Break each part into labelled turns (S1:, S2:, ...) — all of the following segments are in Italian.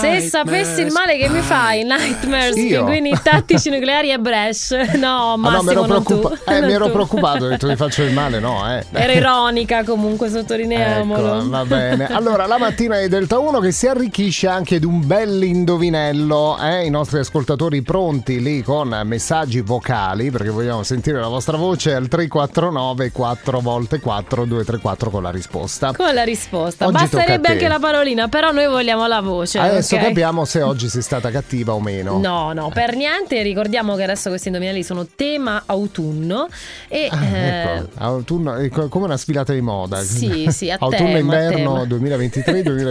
S1: Se sapessi il male che mi fai, Nightmares,
S2: Io?
S1: pinguini tattici nucleari e Bresh. No,
S2: Ah, no, mi ero,
S1: Massimo, non tu.
S2: preoccupa- eh,
S1: Non
S2: mi ero
S1: tu.
S2: preoccupato, ho detto vi faccio il male, no? Eh.
S1: Era ironica comunque, sottolineiamolo.
S2: Ecco, va bene. Allora, la mattina di Delta 1 che si arricchisce anche di un bel indovinello. eh? I nostri ascoltatori pronti lì con messaggi vocali, perché vogliamo sentire la vostra voce al 349 4 volte 4 234 con la risposta.
S1: Con la risposta.
S2: Oggi tocca a
S1: Basterebbe
S2: te.
S1: anche la parolina, però noi vogliamo la voce.
S2: Adesso
S1: ok?
S2: capiamo se oggi sei stata cattiva o meno.
S1: No, no, per niente. Ricordiamo che adesso questi indovinelli sono tema autunno. E
S2: Ah,
S1: eh,
S2: ecco. Autunno- è co- come una sfilata di moda.
S1: Sì, sì, a tema,
S2: Autunno-inverno
S1: a tema.
S2: 2023-2024.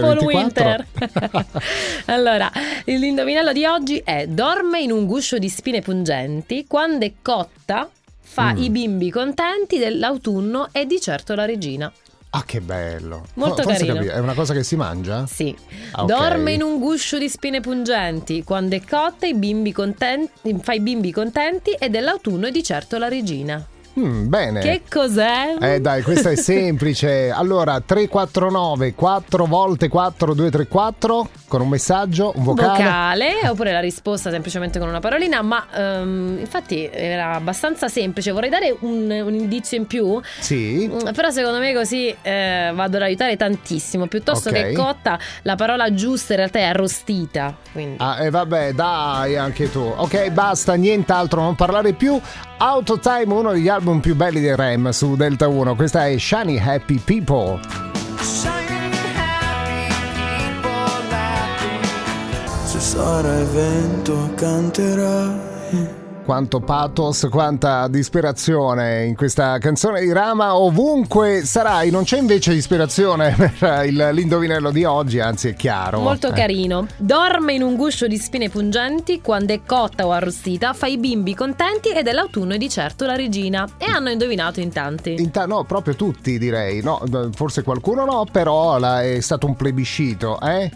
S1: Fall winter. allora, l'indovinello di oggi è: dorme in un guscio di spine pungenti, quando è cotta fa
S2: Mm.
S1: i bimbi contenti dell'autunno e di certo la regina.
S2: ah, che bello.
S1: Molto
S2: Forse
S1: carino.
S2: capi- È una cosa che si mangia?
S1: Sì.
S2: Ah, ok.
S1: Dorme in un guscio di spine pungenti, quando è cotta i bimbi contenti, fa i bimbi contenti e dell'autunno e di certo la regina.
S2: Mm, bene.
S1: Che cos'è?
S2: Eh dai, questa è semplice. Allora, 349 4 volte 4234 con un messaggio, un vocale.
S1: vocale oppure la risposta semplicemente con una parolina ma ehm, infatti era abbastanza semplice vorrei dare un, un indizio in più
S2: Sì.
S1: Mm, però secondo me così eh, vado ad aiutare tantissimo piuttosto
S2: Ok.
S1: che cotta la parola giusta in realtà è arrostita quindi
S2: Ah, e vabbè, dai, anche tu. Ok, basta, nient'altro, non parlare più. Out of Time, uno degli album più belli dei Rem su Delta 1. Questa è Shiny Happy People.
S3: Se sarai vento canterai
S2: Quanto pathos, quanta disperazione in questa canzone di Rama, ovunque sarai. Non c'è invece disperazione per il- l'indovinello di oggi, anzi è chiaro.
S1: Molto
S2: Eh.
S1: carino. Dorme in un guscio di spine pungenti, quando è cotta o arrostita, fa i bimbi contenti ed è l'autunno e di certo la regina. E hanno indovinato in tanti.
S2: In ta- no, proprio tutti direi. No, d- forse qualcuno no, però la- è stato un plebiscito, eh?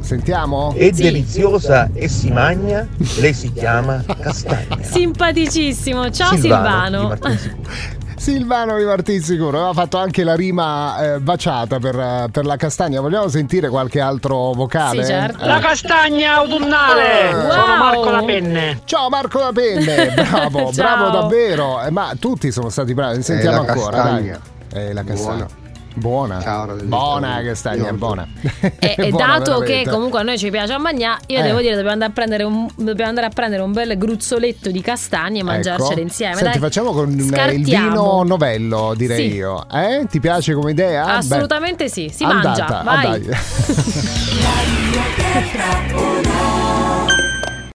S2: Sentiamo?
S4: È
S1: Sì.
S4: deliziosa e si magna, lei si chiama castagna.
S1: Simpaticissimo. Ciao
S4: di
S1: Silvano.
S4: Martini Sicuro.
S2: Silvano di Martin Sicuro aveva fatto anche la rima eh, baciata per, eh, per la castagna. Vogliamo sentire qualche altro vocale?
S1: Sì, certo.
S2: Eh. Ah.
S5: La castagna autunnale!
S2: Wow.
S5: Sono Marco la penne.
S2: Ciao Marco da Penne, bravo,
S1: Ciao.
S2: bravo davvero. Eh, ma tutti sono stati bravi, ne sentiamo
S6: la
S2: ancora.
S6: castagna.
S2: dai. Eh, la castagna.
S6: Buona.
S2: Buona.
S6: Ciao, Radio
S2: buona la
S6: Delta.
S2: castagna,
S6: Io-
S2: buona.
S1: E, e
S2: Buona,
S1: dato che
S2: veramente.
S1: comunque a noi ci piace a mangià, io
S2: Eh.
S1: devo dire dobbiamo andare a prendere un, dobbiamo andare a prendere un bel gruzzoletto di castagne e mangiarcele
S2: Ecco.
S1: insieme.
S2: Senti,
S1: dai.
S2: facciamo con eh, il
S1: Scartiamo.
S2: vino novello, direi
S1: Sì.
S2: io. Eh? Ti piace come idea? Beh,
S1: Assolutamente sì, si
S2: andata,
S1: mangia, vai.
S2: ah, dai.